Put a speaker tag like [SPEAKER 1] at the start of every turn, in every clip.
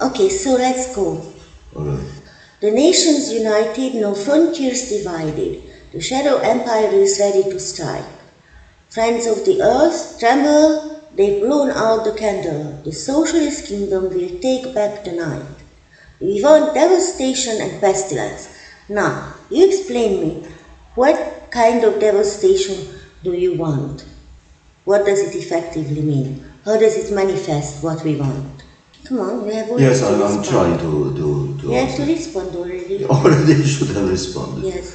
[SPEAKER 1] Okay, so let's go.
[SPEAKER 2] All right.
[SPEAKER 1] The nations united, no frontiers divided. The shadow empire is ready to strike. Friends of the earth, tremble, they've blown out the candle. The socialist kingdom will take back the night. We want devastation and pestilence. Now, you explain me, what kind of devastation do you want? What does it effectively mean? How does it manifest what we want? Come on, we have already
[SPEAKER 2] Yes, I'm, I'm
[SPEAKER 1] responded.
[SPEAKER 2] trying to to to.
[SPEAKER 1] You have to
[SPEAKER 2] answer.
[SPEAKER 1] respond already.
[SPEAKER 2] Already you should have responded.
[SPEAKER 1] Yes,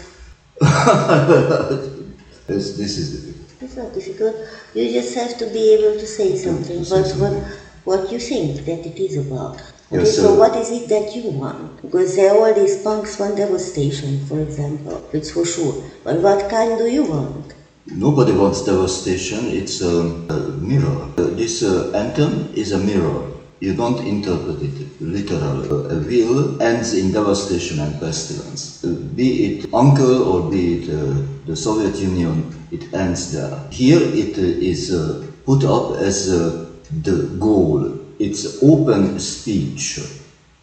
[SPEAKER 2] This, this is difficult.
[SPEAKER 1] it's not difficult. You just have to be able to say something
[SPEAKER 2] say
[SPEAKER 1] about what,
[SPEAKER 2] something.
[SPEAKER 1] what you think that it is about.
[SPEAKER 2] Yeah,
[SPEAKER 1] Okay,
[SPEAKER 2] so-
[SPEAKER 1] so what is it that you want? Because there are all these punks want devastation, for example. It's for sure. But what kind do you want?
[SPEAKER 2] Nobody wants devastation. It's a, a mirror. Uh, This uh, anthem is a mirror. You don't interpret it literally. Uh, A will ends in devastation and pestilence. Uh, Be it uncle or be it uh, the Soviet Union, it ends there. Here it uh, is uh, put up as uh, the goal. It's open speech.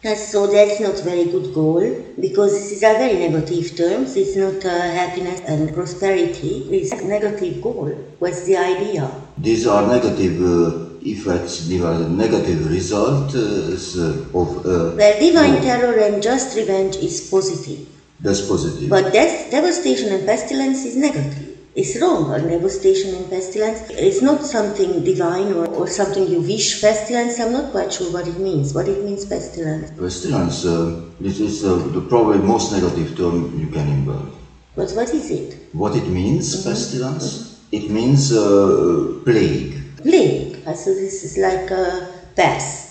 [SPEAKER 1] That's, so that's not very good goal because these are very negative terms. It's not uh, happiness and prosperity. It's a negative goal. What's the idea?
[SPEAKER 2] These are negative uh, effects, these are negative results uh, of. Uh,
[SPEAKER 1] Well, divine
[SPEAKER 2] war.
[SPEAKER 1] terror and just revenge is positive.
[SPEAKER 2] That's positive.
[SPEAKER 1] But death, devastation and pestilence is negative. It's wrong. Or devastation and pestilence It's not something divine or, or something you wish. Pestilence, I'm not quite sure what it means. What it means, pestilence.
[SPEAKER 2] pestilence, uh, this is uh, the probably most negative term you can invent.
[SPEAKER 1] But what is it?
[SPEAKER 2] What it means,
[SPEAKER 1] Mm-hmm.
[SPEAKER 2] pestilence? It means uh, plague.
[SPEAKER 1] Plague. Uh, So this is like a pest.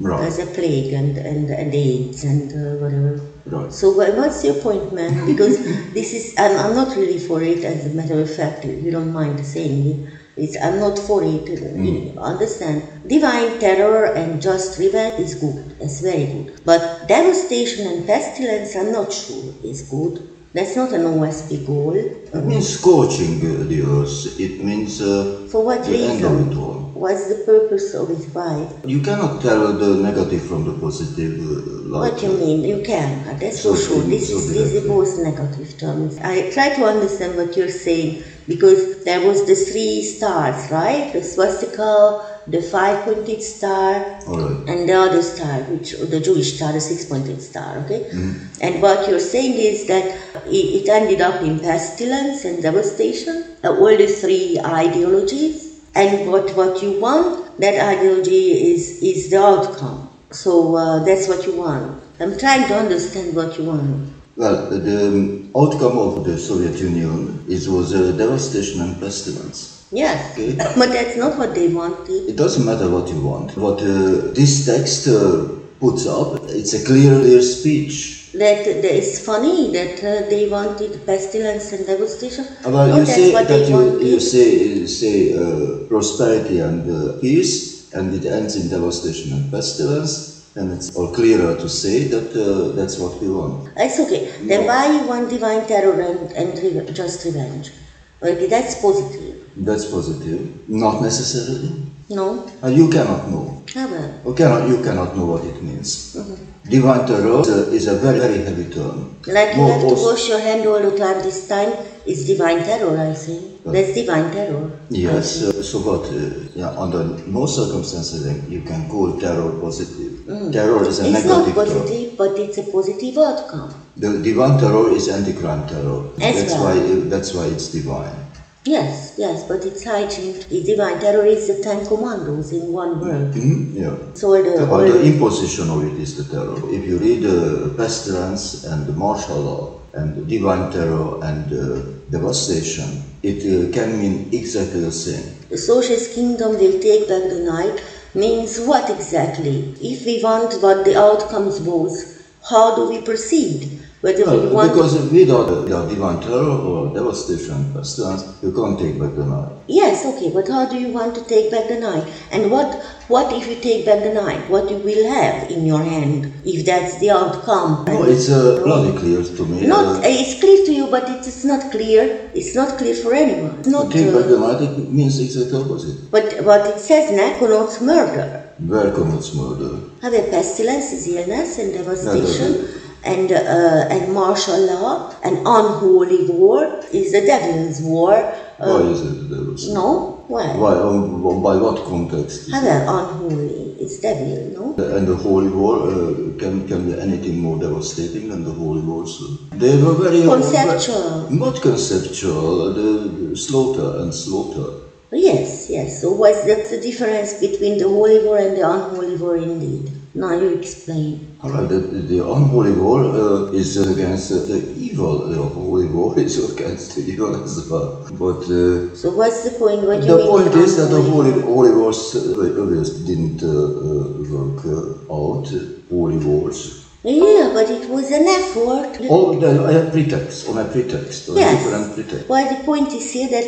[SPEAKER 2] Right.
[SPEAKER 1] There's a plague and, and, and AIDS and uh, whatever.
[SPEAKER 2] Right.
[SPEAKER 1] So wha- what's your point, man? Because this is, I'm, I'm not really for it, as a matter of fact, if you don't mind saying it. It's, I'm not for it, uh, you understand? Divine terror and just revenge is good, that's very good. But devastation and pestilence, I'm not sure is good. That's not an OSP goal. Uh,
[SPEAKER 2] It means scorching uh, the earth. It means uh,
[SPEAKER 1] For what
[SPEAKER 2] the end of
[SPEAKER 1] reason?
[SPEAKER 2] it all.
[SPEAKER 1] What's the purpose of it? Why?
[SPEAKER 2] You cannot tell the negative from the positive. Uh, like,
[SPEAKER 1] What you mean? You can. uh, That's
[SPEAKER 2] So
[SPEAKER 1] for sure.
[SPEAKER 2] true,
[SPEAKER 1] This
[SPEAKER 2] so
[SPEAKER 1] is this is
[SPEAKER 2] directly.
[SPEAKER 1] both negative terms. I try to understand what you're saying because there was the three stars, right? The swastika, the five-pointed star,
[SPEAKER 2] All right.
[SPEAKER 1] and the other star, which the Jewish star, the six-pointed star. Okay.
[SPEAKER 2] Mm-hmm.
[SPEAKER 1] And what you're saying is that it, it ended up in pestilence and devastation. uh, All the three ideologies. And what what you want? That ideology is is the outcome. So uh, that's what you want. I'm trying to understand what you want.
[SPEAKER 2] Well, the um, outcome of the Soviet Union is was uh, devastation and pestilence.
[SPEAKER 1] Yes,
[SPEAKER 2] Okay.
[SPEAKER 1] but that's not what they wanted.
[SPEAKER 2] It doesn't matter what you want. What uh, this text uh, puts up, it's a clear, clear speech.
[SPEAKER 1] That, that it's funny that uh, they wanted pestilence and devastation.
[SPEAKER 2] Well,
[SPEAKER 1] No,
[SPEAKER 2] you
[SPEAKER 1] that's
[SPEAKER 2] say
[SPEAKER 1] what
[SPEAKER 2] that
[SPEAKER 1] they
[SPEAKER 2] you,
[SPEAKER 1] wanted.
[SPEAKER 2] you say you say uh, prosperity and uh, peace, and it ends in devastation and pestilence. And it's all clearer to say that uh, that's what we want.
[SPEAKER 1] That's okay. Then why you want divine terror and, and re- just revenge? Okay, that's positive.
[SPEAKER 2] That's positive. Not necessarily.
[SPEAKER 1] No?
[SPEAKER 2] And you cannot know.
[SPEAKER 1] Never.
[SPEAKER 2] You cannot, you cannot know what it means.
[SPEAKER 1] Mm-hmm.
[SPEAKER 2] Divine terror is a, is a very, very heavy term.
[SPEAKER 1] Like you
[SPEAKER 2] More
[SPEAKER 1] have to
[SPEAKER 2] also-
[SPEAKER 1] wash your hand all the time. This time it's divine terror, I think. That's divine terror. I
[SPEAKER 2] Yes, uh, so what? Uh, yeah, under no circumstances uh, you can call terror positive. Terror is a
[SPEAKER 1] Hmm. It's not
[SPEAKER 2] negative term.
[SPEAKER 1] positive, but it's a positive outcome.
[SPEAKER 2] The divine terror is anti-crime terror.
[SPEAKER 1] As
[SPEAKER 2] that's
[SPEAKER 1] well.
[SPEAKER 2] why uh, that's why it's divine.
[SPEAKER 1] Yes, yes, but it's hygiene. It's divine terror is the Ten Commandos in one word.
[SPEAKER 2] Mhm, Yeah.
[SPEAKER 1] So all the, all
[SPEAKER 2] But the
[SPEAKER 1] the
[SPEAKER 2] imposition of it is the terror. If you read uh, pestilence and the martial law and divine terror and uh, devastation, it uh, can mean exactly the same.
[SPEAKER 1] the socialist kingdom will take back the night means what exactly? If we want what the outcomes was, how do we proceed? But if you
[SPEAKER 2] Well,
[SPEAKER 1] want,
[SPEAKER 2] because without, without divine terror or devastation, pestilence, you can't take back the night.
[SPEAKER 1] yes, okay. But how do you want to take back the night? And what what if you take back the night? What you will have in your hand if that's the outcome?
[SPEAKER 2] No, it's uh, bloody clear to me.
[SPEAKER 1] Not
[SPEAKER 2] uh,
[SPEAKER 1] it's clear to you, but it is not clear. It's not clear for anyone. It's not.
[SPEAKER 2] take back
[SPEAKER 1] Uh,
[SPEAKER 2] the night it means exactly opposite.
[SPEAKER 1] but what it says now connotes murder.
[SPEAKER 2] Where commits murder?
[SPEAKER 1] Have a pestilence, is illness, and devastation,
[SPEAKER 2] No, no,
[SPEAKER 1] and uh, and martial law, an unholy war is the devil's war.
[SPEAKER 2] Why
[SPEAKER 1] Uh,
[SPEAKER 2] is it devastation?
[SPEAKER 1] no, why?
[SPEAKER 2] Why? um, by what context? is
[SPEAKER 1] Have
[SPEAKER 2] it?
[SPEAKER 1] a unholy, it's devil, no?
[SPEAKER 2] And the Holy War uh, can can be anything more devastating than the Holy War. So they were very uh,
[SPEAKER 1] Conceptual.
[SPEAKER 2] not conceptual. The, the slaughter and slaughter.
[SPEAKER 1] Oh, Yes, yes. So what's the, the difference between the holy war and the unholy war indeed? Now you explain.
[SPEAKER 2] All right, the, the unholy war uh, is against the evil. The holy war is against the evil as well. But uh,
[SPEAKER 1] So what's the point? What you
[SPEAKER 2] the
[SPEAKER 1] mean
[SPEAKER 2] point
[SPEAKER 1] with
[SPEAKER 2] is that the
[SPEAKER 1] unholy
[SPEAKER 2] holy,
[SPEAKER 1] war?
[SPEAKER 2] holy wars uh, obviously didn't uh, uh, work uh, out. Holy wars.
[SPEAKER 1] Yeah, but it was an effort.
[SPEAKER 2] All the, on a pretext, on a pretext, on a different
[SPEAKER 1] Yes.
[SPEAKER 2] pretext.
[SPEAKER 1] Well, the point is here that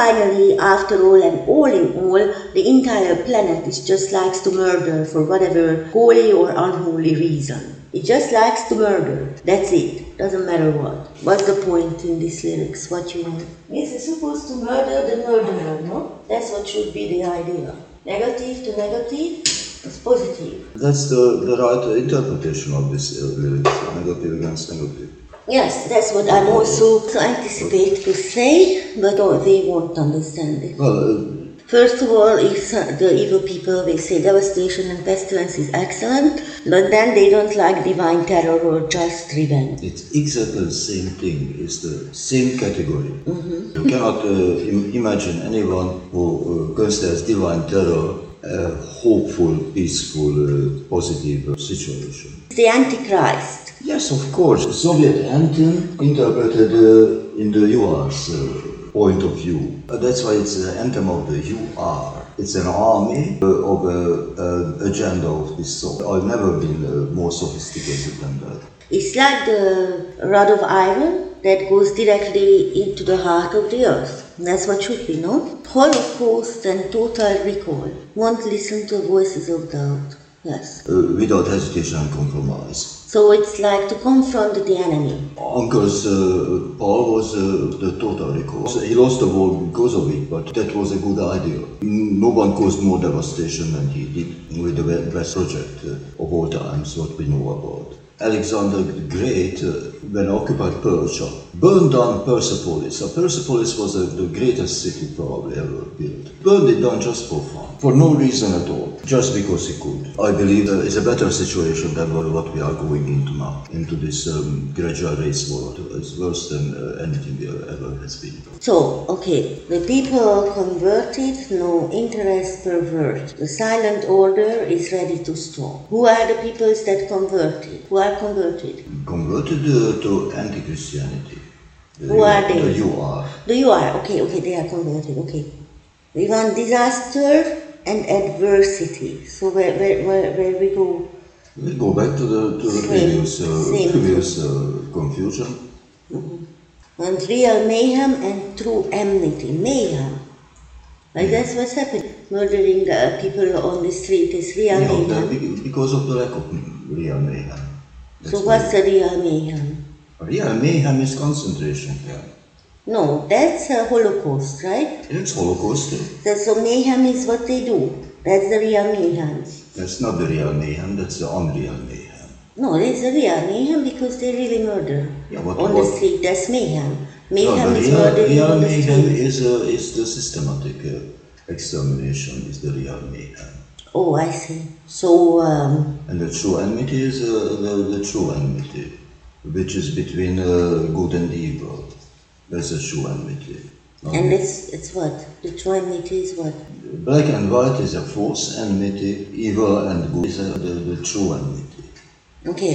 [SPEAKER 1] finally, after all and all in all, the entire planet is just likes to murder for whatever holy or unholy reason. It just likes to murder. That's it. Doesn't matter what. What's the point in these lyrics? What you want? This is supposed to murder the murderer, no? That's what should be the idea. Negative to negative is positive.
[SPEAKER 2] That's the, the right interpretation of this uh, lyrics, negative against negative.
[SPEAKER 1] Yes, that's what I'm also to anticipate to say, but oh, they won't understand it.
[SPEAKER 2] Well, uh,
[SPEAKER 1] First of all, if so- the evil people will say devastation and pestilence is excellent, but then they don't like divine terror or just revenge.
[SPEAKER 2] it's exactly the same thing, it's the same category. You cannot uh, Im- imagine anyone who uh, considers divine terror a hopeful, peaceful, uh, positive uh, situation.
[SPEAKER 1] It's the Antichrist.
[SPEAKER 2] Yes, of course. Soviet anthem interpreted uh, in the UR's uh, point of view. Uh, that's why it's an anthem of the UR. It's an army uh, of an agenda of this sort. I've never been uh, more sophisticated than that.
[SPEAKER 1] It's like the rod of iron that goes directly into the heart of the earth. That's what should be, no? Holocaust and total recall. Won't listen to voices of doubt. Yes.
[SPEAKER 2] Uh, without hesitation and compromise.
[SPEAKER 1] So it's like to confront the enemy.
[SPEAKER 2] Uncle uh, Paul was uh, the total recall. He lost the war because of it, but that was a good idea. No one caused more devastation than he did with the Red Press project uh, of all times, what we know about. Alexander the Great, uh, when occupied Persia, burned down Persepolis. So Persepolis was uh, the greatest city probably ever built. Burned it down just for fun, for no reason at all, just because he could. I believe uh, it's a better situation than what what we are going into now, into this um, gradual race war. It's worse than uh, anything there ever has been.
[SPEAKER 1] So, okay, the people converted, no interest pervert. The silent order is ready to storm. Who are the peoples that converted? Who are converted?
[SPEAKER 2] Converted uh, to anti-Christianity. The
[SPEAKER 1] Who are they?
[SPEAKER 2] the You are.
[SPEAKER 1] Do you are? Okay, okay, they are converted, okay. We want disaster and adversity. So where, where, where, where we go?
[SPEAKER 2] We go back to the, to the
[SPEAKER 1] Same.
[SPEAKER 2] previous, uh,
[SPEAKER 1] Same.
[SPEAKER 2] previous uh, confusion.
[SPEAKER 1] And real mayhem and true enmity. Mayhem. Like that's what's happening. Murdering uh, people on the street is real
[SPEAKER 2] No,
[SPEAKER 1] mayhem.
[SPEAKER 2] that be- because of the lack of real mayhem.
[SPEAKER 1] So
[SPEAKER 2] That's
[SPEAKER 1] what's a real mayhem?
[SPEAKER 2] why- Real mayhem is concentration camp.
[SPEAKER 1] No, that's a Holocaust, right?
[SPEAKER 2] It's Holocaust. too.
[SPEAKER 1] So, so mayhem is what they do. That's the real mayhem.
[SPEAKER 2] That's not the real mayhem, that's the unreal mayhem.
[SPEAKER 1] No, that's the real mayhem because they really murder
[SPEAKER 2] Yeah, what-
[SPEAKER 1] on
[SPEAKER 2] what-
[SPEAKER 1] the street. That's mayhem.
[SPEAKER 2] No,
[SPEAKER 1] Mayhem
[SPEAKER 2] the
[SPEAKER 1] is
[SPEAKER 2] real,
[SPEAKER 1] murdering
[SPEAKER 2] real
[SPEAKER 1] on the
[SPEAKER 2] mayhem
[SPEAKER 1] street.
[SPEAKER 2] is, uh, is the systematic uh, extermination, is the real mayhem.
[SPEAKER 1] Oh, I see. So, um,
[SPEAKER 2] And the true enmity is uh, the, the true enmity, which is between uh, good and evil. That's a true enmity. Not
[SPEAKER 1] and it's it's what the trinity is what.
[SPEAKER 2] Black and white is a false enmity, evil and good is a, the, the true enmity.
[SPEAKER 1] Okay,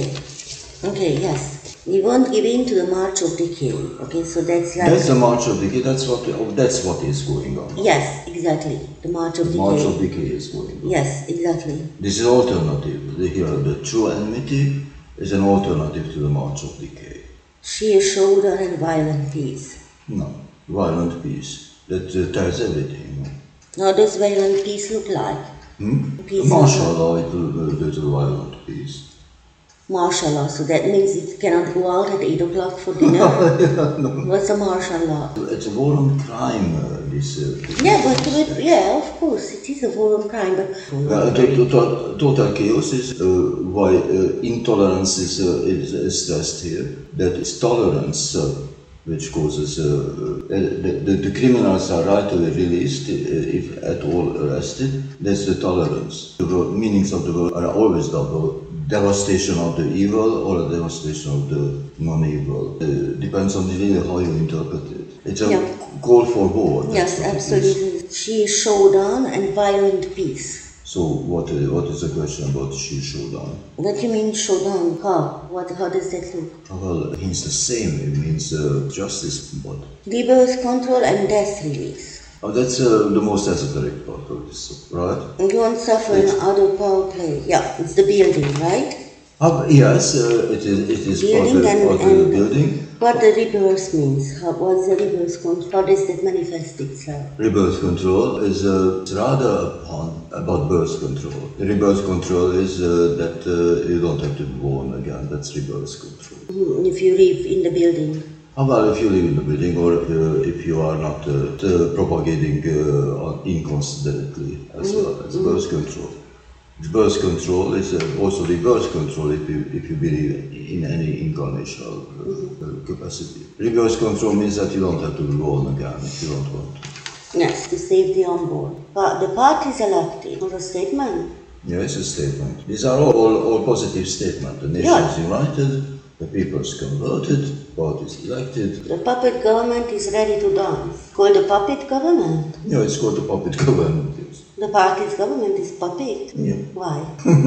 [SPEAKER 1] okay, yes. We won't give in to the march of decay. Okay, so that's like
[SPEAKER 2] That's the march of decay, that's what, oh, that's what is going on.
[SPEAKER 1] yes, exactly. The march of
[SPEAKER 2] The
[SPEAKER 1] decay.
[SPEAKER 2] march of decay is going on.
[SPEAKER 1] yes, exactly.
[SPEAKER 2] This is alternative. The, here, the true enmity is an alternative to the march of decay.
[SPEAKER 1] sheer shoulder and violent peace.
[SPEAKER 2] No, violent peace. That uh, tells everything.
[SPEAKER 1] How does violent peace look like?
[SPEAKER 2] Hmm?
[SPEAKER 1] Peace.
[SPEAKER 2] Martial law, it will uh, there's a violent peace.
[SPEAKER 1] Martial law, so that means you cannot go out at 8 o'clock for dinner.
[SPEAKER 2] No.
[SPEAKER 1] What's a martial law?
[SPEAKER 2] It's a war on crime, uh, this. Uh,
[SPEAKER 1] Yeah, but, but yeah, of course, it is a war on crime, but
[SPEAKER 2] Well, to- to- to- total chaos is uh, why uh, intolerance is, uh, is is stressed here. That is tolerance uh, which causes uh, uh, the, the, the criminals are right away released uh, if at all arrested. That's the tolerance. The wo- meanings of the word are always double. Devastation of the evil or devastation of the non-evil uh, depends on really how you interpret it. It's a
[SPEAKER 1] Yeah.
[SPEAKER 2] call for war. that's
[SPEAKER 1] yes,
[SPEAKER 2] what it is.
[SPEAKER 1] absolutely. Sheer showdown and violent peace.
[SPEAKER 2] So what uh, what is the question about she showdown?
[SPEAKER 1] What do you mean showdown? How? What, how does that look?
[SPEAKER 2] Well, it means the same. It means uh, justice, but
[SPEAKER 1] Rebirth control and death release.
[SPEAKER 2] oh, that's uh, the most esoteric part of this, right?
[SPEAKER 1] You won't suffer in other power play. Yeah, it's the building, right?
[SPEAKER 2] Uh, yes, uh, it is. It is part of,
[SPEAKER 1] Building and,
[SPEAKER 2] part of the
[SPEAKER 1] and
[SPEAKER 2] building.
[SPEAKER 1] what the rebirth means. How, what's the rebirth control? How does that manifest itself?
[SPEAKER 2] Rebirth control is uh, it's rather upon about birth control. Rebirth control is uh, that uh, you don't have to be born again. That's rebirth control.
[SPEAKER 1] Mm, If you live in the building,
[SPEAKER 2] How about if you live in the building or uh, if you are not uh, uh, propagating uh, on- inconsiderately as well as birth control? Birth control is uh, also reverse control if you, if you believe in any incarnational uh, uh, capacity. Reverse control means that you don't have to be born again if you don't want to.
[SPEAKER 1] yes, to save the unborn. But the parties elected for a statement.
[SPEAKER 2] Yes, a statement. These are all, all, all positive statements. The nation
[SPEAKER 1] Yeah.
[SPEAKER 2] is united, the people is converted, God is elected.
[SPEAKER 1] The puppet government is ready to dance. Called the puppet government.
[SPEAKER 2] You know, it's called the puppet government. Yes.
[SPEAKER 1] The party's government is puppet.
[SPEAKER 2] Yeah.
[SPEAKER 1] Why?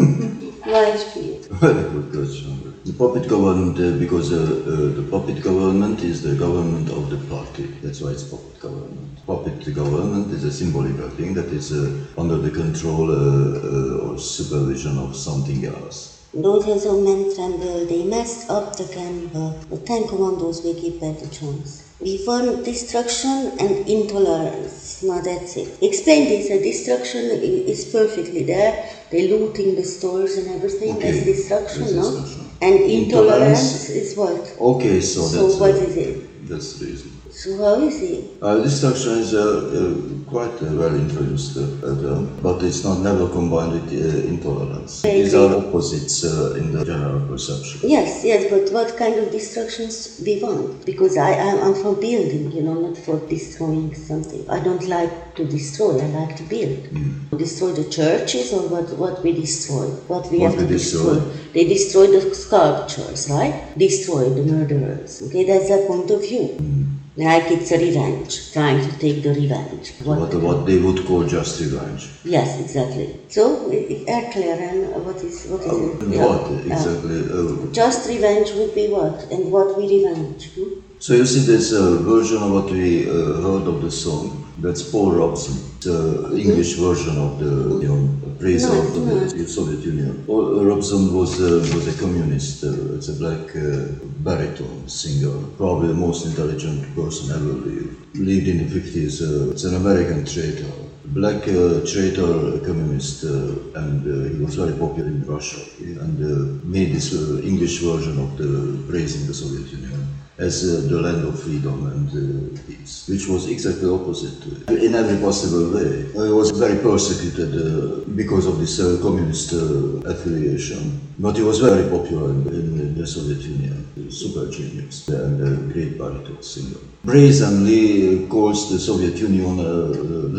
[SPEAKER 1] Why is it?
[SPEAKER 2] Very good question. The puppet government, uh, because uh, uh, the puppet government is the government of the party. That's why it's puppet government. Puppet government is a symbolic thing that is uh, under the control uh, uh, or supervision of something else.
[SPEAKER 1] Daughters of men tremble, they messed up the carnival. The ten commandos will give better chance. We want destruction and intolerance. Now that's it. Explain this. The destruction i- is perfectly there. They're looting the stores and everything.
[SPEAKER 2] Okay.
[SPEAKER 1] That's destruction,
[SPEAKER 2] That's
[SPEAKER 1] no?
[SPEAKER 2] destruction.
[SPEAKER 1] And intolerance
[SPEAKER 2] Intolerance.
[SPEAKER 1] is what?
[SPEAKER 2] Okay, so,
[SPEAKER 1] So
[SPEAKER 2] that's
[SPEAKER 1] what is it?
[SPEAKER 2] That's the reason.
[SPEAKER 1] So how is it?
[SPEAKER 2] Uh, this structure is uh, uh, quite uh, well introduced, uh, and, uh, but it's not never combined with uh, intolerance.
[SPEAKER 1] I
[SPEAKER 2] These
[SPEAKER 1] agree.
[SPEAKER 2] are opposites uh, in the general perception.
[SPEAKER 1] Yes, yes, but what kind of destructions we want? Because I, I'm, I'm for building, you know, not for destroying something. I don't like to destroy, I like to build. Destroy the churches or what, what we destroy? What we
[SPEAKER 2] What
[SPEAKER 1] have
[SPEAKER 2] we
[SPEAKER 1] to destroy.
[SPEAKER 2] destroy.
[SPEAKER 1] They destroy the sculptures, right? Destroy the murderers. Okay, that's their point of view. Like it's a revenge, trying to take the revenge.
[SPEAKER 2] What, what they would call just revenge.
[SPEAKER 1] Yes, exactly. So, i- i- air clear, and what is, Uh, what is it? Yeah,
[SPEAKER 2] What
[SPEAKER 1] yeah.
[SPEAKER 2] exactly? uh,
[SPEAKER 1] Just revenge would be what? And what we revenge? hmm?
[SPEAKER 2] so you see this uh, version of what we uh, heard of the song. That's Paul Robson, the English version of the you know, praise
[SPEAKER 1] No,
[SPEAKER 2] of
[SPEAKER 1] it's not.
[SPEAKER 2] the Soviet Union. Paul Robson was uh, was a communist. Uh, it's a black uh, baritone singer, probably the most intelligent person ever lived. Lived in the fifties. Uh, it's an American traitor. Black uh, traitor communist, uh, and uh, he was very popular in Russia, and uh, made this uh, English version of the praising the Soviet Union as uh, the land of freedom and uh, peace, which was exactly opposite to it in every possible way. I was very persecuted uh, because of this uh, communist uh, affiliation, but he was very popular in, in the Soviet Union, a super genius and a great baritone singer. Brazenly calls the Soviet Union a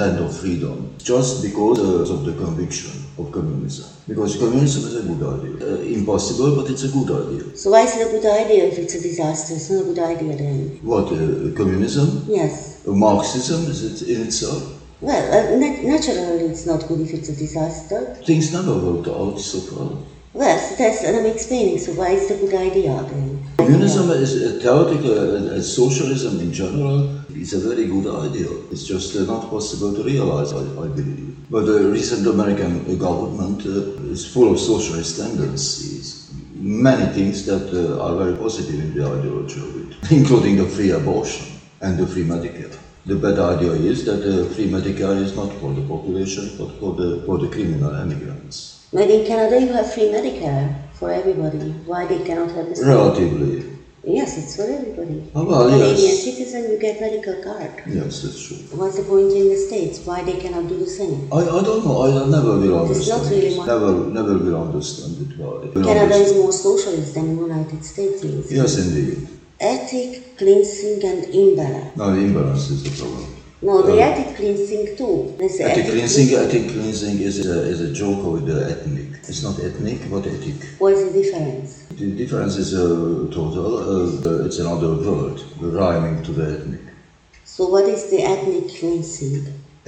[SPEAKER 2] land of freedom just because uh, of the conviction of communism. Because communism is a good idea. Uh, impossible, but it's a good idea.
[SPEAKER 1] So why is it a good idea if it's a disaster? It's not a good idea then.
[SPEAKER 2] What, uh, communism?
[SPEAKER 1] Yes.
[SPEAKER 2] Marxism is it in itself?
[SPEAKER 1] Well, uh, nat- naturally it's not good if it's a disaster.
[SPEAKER 2] Things never worked out so far.
[SPEAKER 1] Well, so that's what I'm explaining. So why is it a good idea then?
[SPEAKER 2] Communism is a theoretical, and as socialism in general, is a very good idea. It's just uh, not possible to realize, I, I believe. But the recent American government uh, is full of socialist tendencies. many things that uh, are very positive in the ideology of it, including the free abortion and the free Medicare. The bad idea is that uh, free Medicare is not for the population, but for the, for the criminal immigrants.
[SPEAKER 1] But in Canada, you have free Medicare for everybody. Why they cannot have this?
[SPEAKER 2] Relatively.
[SPEAKER 1] Yes, it's for everybody.
[SPEAKER 2] Oh, well,
[SPEAKER 1] Canadian
[SPEAKER 2] yes.
[SPEAKER 1] citizen, you get medical card.
[SPEAKER 2] Yes, that's true.
[SPEAKER 1] What's the point in the States? Why they cannot do the same?
[SPEAKER 2] I, I don't know. I never will
[SPEAKER 1] It's not
[SPEAKER 2] understand.
[SPEAKER 1] really
[SPEAKER 2] it.
[SPEAKER 1] one-
[SPEAKER 2] Never never will understand it. Well, I will
[SPEAKER 1] Canada
[SPEAKER 2] understand-
[SPEAKER 1] is more socialist than United States is.
[SPEAKER 2] Yes, indeed.
[SPEAKER 1] Ethnic cleansing and imbalance.
[SPEAKER 2] No, the imbalance is the problem.
[SPEAKER 1] No, the
[SPEAKER 2] Uh,
[SPEAKER 1] ethnic cleansing too. There's
[SPEAKER 2] Ethnic cleansing, ethnic cleansing is a, is a joke with the ethnic. It's not ethnic, but ethnic.
[SPEAKER 1] What's the difference?
[SPEAKER 2] The difference is uh, total. Uh, it's another word rhyming to the ethnic.
[SPEAKER 1] So what is the ethnic cleansing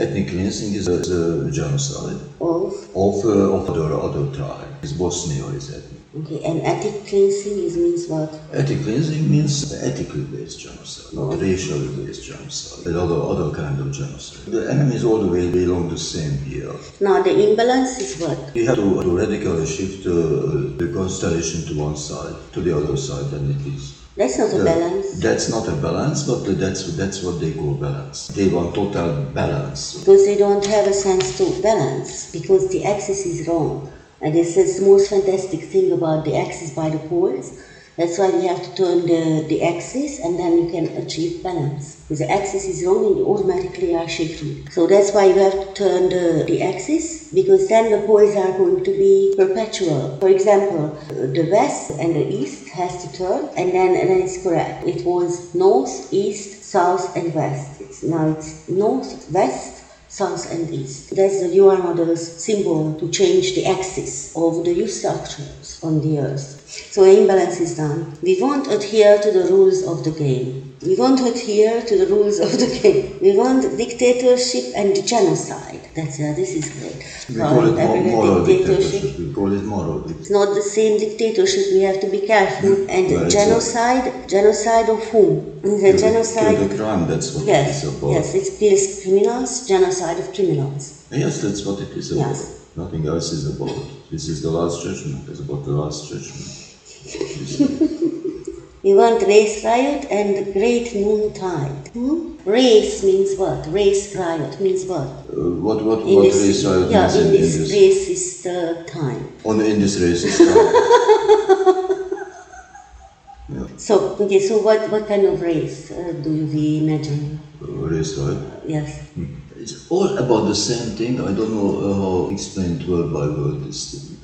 [SPEAKER 2] Ethnic cleansing is a, is a genocide
[SPEAKER 1] of?
[SPEAKER 2] of uh, of the other tribe. Is Bosnia is ethnic.
[SPEAKER 1] Okay, and ethnic cleansing is means what?
[SPEAKER 2] Ethnic cleansing means ethically based genocide, not racially based genocide. Another other kind of genocide. The enemies all the way belong the same here.
[SPEAKER 1] Now the imbalance is what?
[SPEAKER 2] You have to, to radically shift uh, the constellation to one side, to the other side, and it is.
[SPEAKER 1] That's not a
[SPEAKER 2] the-
[SPEAKER 1] balance.
[SPEAKER 2] That's not a balance, but that's that's what they call balance. They want total balance.
[SPEAKER 1] Because they don't have a sense to balance, because the axis is wrong. And this is the most fantastic thing about the axis by the poles. That's why we have to turn the, the axis and then you can achieve balance. If the axis is wrong, you automatically are shaking. So that's why you have to turn the, the axis because then the poles are going to be perpetual. For example, the west and the east has to turn and then, and then it's correct. It was north, east, south and west. It's now it's north, west, south and east. That's the UR model's symbol to change the axis of the U structures on the Earth. So the imbalance is done. We won't adhere to the rules of the game. We won't adhere to the rules of the game. We want dictatorship and genocide. That's uh, this is great.
[SPEAKER 2] We
[SPEAKER 1] Well,
[SPEAKER 2] call it mo-
[SPEAKER 1] everywhere
[SPEAKER 2] moral dictatorship. We call it moral
[SPEAKER 1] It's not the same dictatorship. We have to be careful. And
[SPEAKER 2] Mm-hmm. Right, so-
[SPEAKER 1] genocide, genocide of whom? The genocide.
[SPEAKER 2] Kill the crime. That's what
[SPEAKER 1] Yes,
[SPEAKER 2] it is about.
[SPEAKER 1] yes, it kills criminals, genocide of criminals.
[SPEAKER 2] Yes, that's what it is about.
[SPEAKER 1] Yes.
[SPEAKER 2] Nothing else is about. This is the last judgment. It's about the last judgment.
[SPEAKER 1] We want race riot and the great noontide. Hmm? Race means what? Race riot means what?
[SPEAKER 2] Uh, what what what race are you
[SPEAKER 1] yeah,
[SPEAKER 2] in,
[SPEAKER 1] in this
[SPEAKER 2] in this
[SPEAKER 1] racist uh, time.
[SPEAKER 2] on in this Uh, racist time?
[SPEAKER 1] So okay, so what, what kind of race uh, do we imagine?
[SPEAKER 2] Uh, race right?
[SPEAKER 1] Yes.
[SPEAKER 2] It's all about the same thing. I don't know uh, how to explain word by word these things.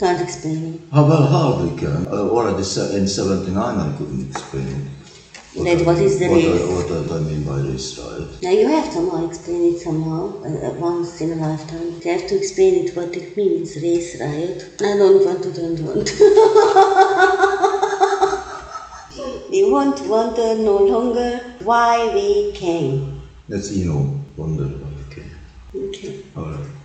[SPEAKER 1] Can't explain it.
[SPEAKER 2] How well hardly can. Uh, already se- in '79 I couldn't explain it.
[SPEAKER 1] Then
[SPEAKER 2] I
[SPEAKER 1] what
[SPEAKER 2] mean-
[SPEAKER 1] is the
[SPEAKER 2] what I,
[SPEAKER 1] race?
[SPEAKER 2] what I mean by race right?
[SPEAKER 1] Now you have to somehow explain it somehow, uh, uh, once in a lifetime. You have to explain it what it means, race riot. I don't want to, don't want. we want to wonder no longer why we came.
[SPEAKER 2] That's you know wonder why I came.
[SPEAKER 1] Okay.
[SPEAKER 2] All right.